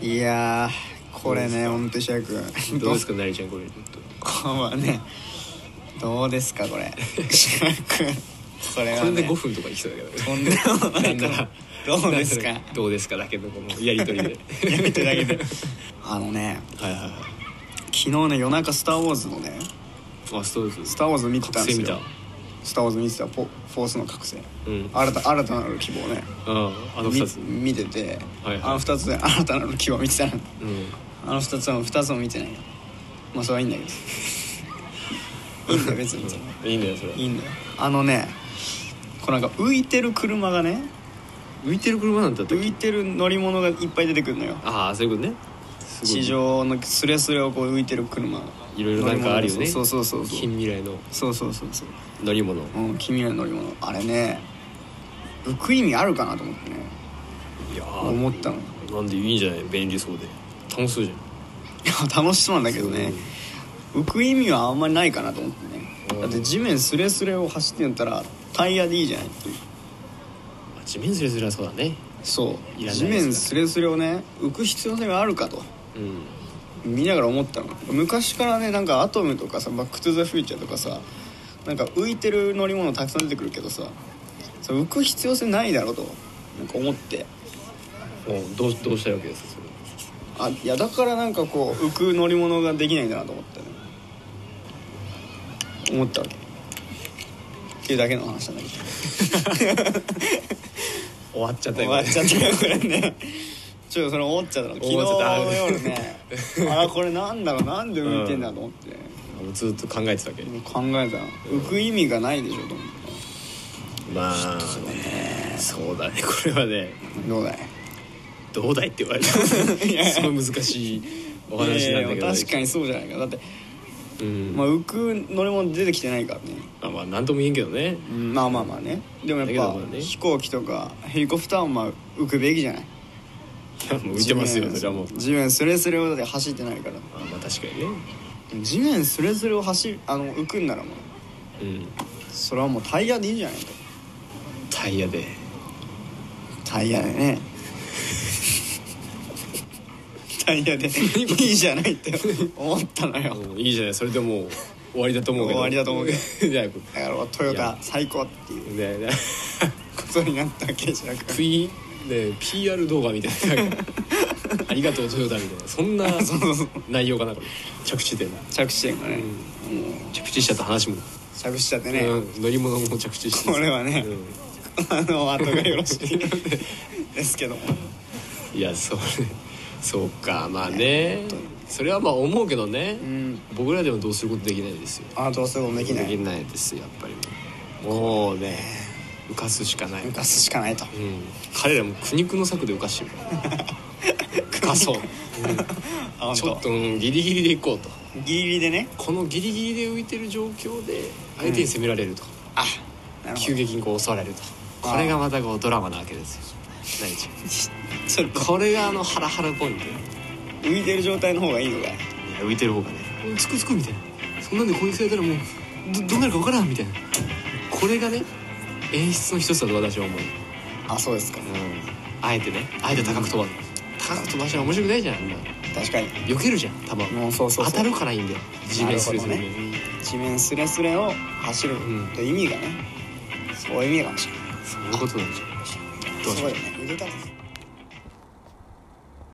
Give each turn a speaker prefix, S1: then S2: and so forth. S1: やーこれね本当石原君
S2: どうですかなりちゃんこれちょっと
S1: これはねどうですかこれ 石原君これは、
S2: こ
S1: ね、
S2: れで5分とかいきそうだけど
S1: とんでもない
S2: なんなら
S1: どうですか
S2: なんならどうですかだけどこの やりとりで
S1: やめてだけであのね
S2: はいはいはい
S1: 昨日ね夜中「スター・ウォーズ」のね
S2: あそうで
S1: 「
S2: す
S1: スター・ウォーズ」見てたん
S2: 覚
S1: で
S2: 醒
S1: す
S2: 見た
S1: よ「スター・ウォーズ」見てたポ「フォースの覚醒」
S2: うんあ
S1: 新た新たなる希望ね
S2: あの
S1: み
S2: 2つうん
S1: 見てて、
S2: はいはい
S1: あの2つで新たなる希望見てたのあの2つは2つも見てないよまあそれはいいんだけ どいいんだよ別に
S2: いいんだよそれ
S1: いいんだよあのねこうなんか浮いてる車がね
S2: 浮いてる車なんてあったっ
S1: 浮
S2: け
S1: いてる乗り物がいっぱい出てくるのよ
S2: ああそういうことねすごい
S1: 地上のスレスレをこう浮いてる車が
S2: いろいろなんかあるよね
S1: そうそうそうそう
S2: 近未来の
S1: そうそうそうそう
S2: 乗り物
S1: うん君らの乗り物あれね浮く意味あるかなと思ってね
S2: いやー
S1: 思ったのい
S2: なんでいいんじゃない便利そうで楽しそうじ
S1: や楽しそうなんだけどね浮く意味はあんまりないかなと思ってね
S2: うん
S1: だって地面スレスレを走ってんだったらタイヤでいいじゃないっていう
S2: ゃんあ地面すれすれそうだね
S1: そう
S2: いらないです
S1: 地
S2: から
S1: 面スレスレをね浮く必要性があるかと
S2: うん
S1: 見ながら思ったの昔からねなんかアトムとかさバック・トゥ・ザ・フューチャーとかさなんか浮いてる乗り物たくさん出てくるけどさそれ浮く必要性ないだろうとなんか思って
S2: もうどうどうしたいわけですかそ
S1: あ
S2: れ
S1: いやだからなんかこう浮く乗り物ができないんだなと思ってね思ったわけっていうだけの話なんだけど
S2: 終わっちゃった
S1: 終
S2: よ
S1: わっちゃったよこれねちょっとそれ思っちゃったの昨日
S2: 思っちゃった
S1: の夜ねあらこれなんだろうなんで浮いてんだと思って、
S2: もうずっと考えてたわけ
S1: 考えたら浮く意味がないでしょと思って
S2: まあねそうだねこれはね
S1: どうだい
S2: どうだいって言われた すごい難しいお話なんだけ
S1: い
S2: ど
S1: やいや確かにそうじゃないかだって、
S2: うん
S1: まあ、浮く乗り物出てきてないからね
S2: まあまあ何とも言えんけどね
S1: まあまあまあねでもやっ
S2: だ
S1: ぱ
S2: けどまあね
S1: 飛行機とかヘリコプターもまあ浮くべきじゃない
S2: いやもう浮いてますよ
S1: 地面
S2: それはもう
S1: 地面スレスレをだって走ってないから
S2: あまあ確かにね
S1: 地面スレスレを走るあの浮くんならもう
S2: うん
S1: それはもうタイヤでいいじゃないと
S2: タイヤで
S1: タイヤでねタイヤでいいじゃないって思ったのよ
S2: うんいいじゃないそれでもう終わりだと思うけど
S1: 終わりだと思うけ
S2: ど じゃあこ
S1: だからトヨタ最高っていう
S2: うねね
S1: ことになったわけじゃなくて
S2: P ね PR 動画みたいな ありがとうトヨタみたいなそんな
S1: そうそうそう
S2: 内容かなこれ着地点
S1: 着地点がね、もう
S2: 着地しちゃった話も、
S1: 着地しちゃってね、
S2: うん乗り物も着地して
S1: これはね
S2: うん
S1: あの後がよろしいですけども
S2: いやそれそうかまあねそれはまあ思うけどね、
S1: うん
S2: 僕らでもどうすることできないですよ
S1: あなたはそういうことできな
S2: で
S1: い
S2: きないですよやっぱりもうもうね浮かすしかない、う
S1: 浮かすしかないと
S2: ん、彼らも苦肉の策で浮 かしてるから浮かそう、
S1: あ
S2: うん、ちょ
S1: 本
S2: っと、うんギリギリで行こうと
S1: 当ギリギリでね
S2: このギリギリで浮いてる状況で相手に攻められると、
S1: あなるほ
S2: 急激にこう襲われると
S1: あー
S2: これがまたこうドラマなわけですよ何ちゃ
S1: どちょっと
S2: んこれがあのハラハラポイント
S1: 浮いてる状態の方がいいのかい
S2: いや浮いてる方がね「つくつく」みたいなそんなんで攻撃されたらもうどどうなるか分からんみたいなこれがね演出の一つだと私は思う、う
S1: あそうですか
S2: ん、あえてねあえて高く飛ばす高く飛ばしたら面白くないじゃんあんな
S1: 確かに
S2: 避けるじゃん球
S1: もうそうそうそう
S2: 当たるからいいんだよ地面すれすれ
S1: なる
S2: に、
S1: 地面スレスレを走る
S2: ん
S1: という意味がね、そういう意味かもしれない
S2: そういうことなんじゃんどう
S1: す
S2: し
S1: ご
S2: よ
S1: いうよね腕立て